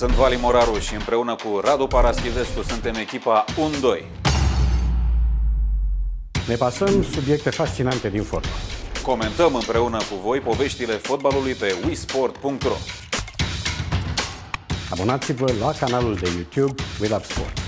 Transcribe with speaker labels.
Speaker 1: Sunt Vali Moraru și împreună cu Radu Paraschivescu suntem echipa 1-2.
Speaker 2: Ne pasăm subiecte fascinante din formă.
Speaker 1: Comentăm împreună cu voi poveștile fotbalului pe wisport.ro
Speaker 2: Abonați-vă la canalul de YouTube We Love Sport.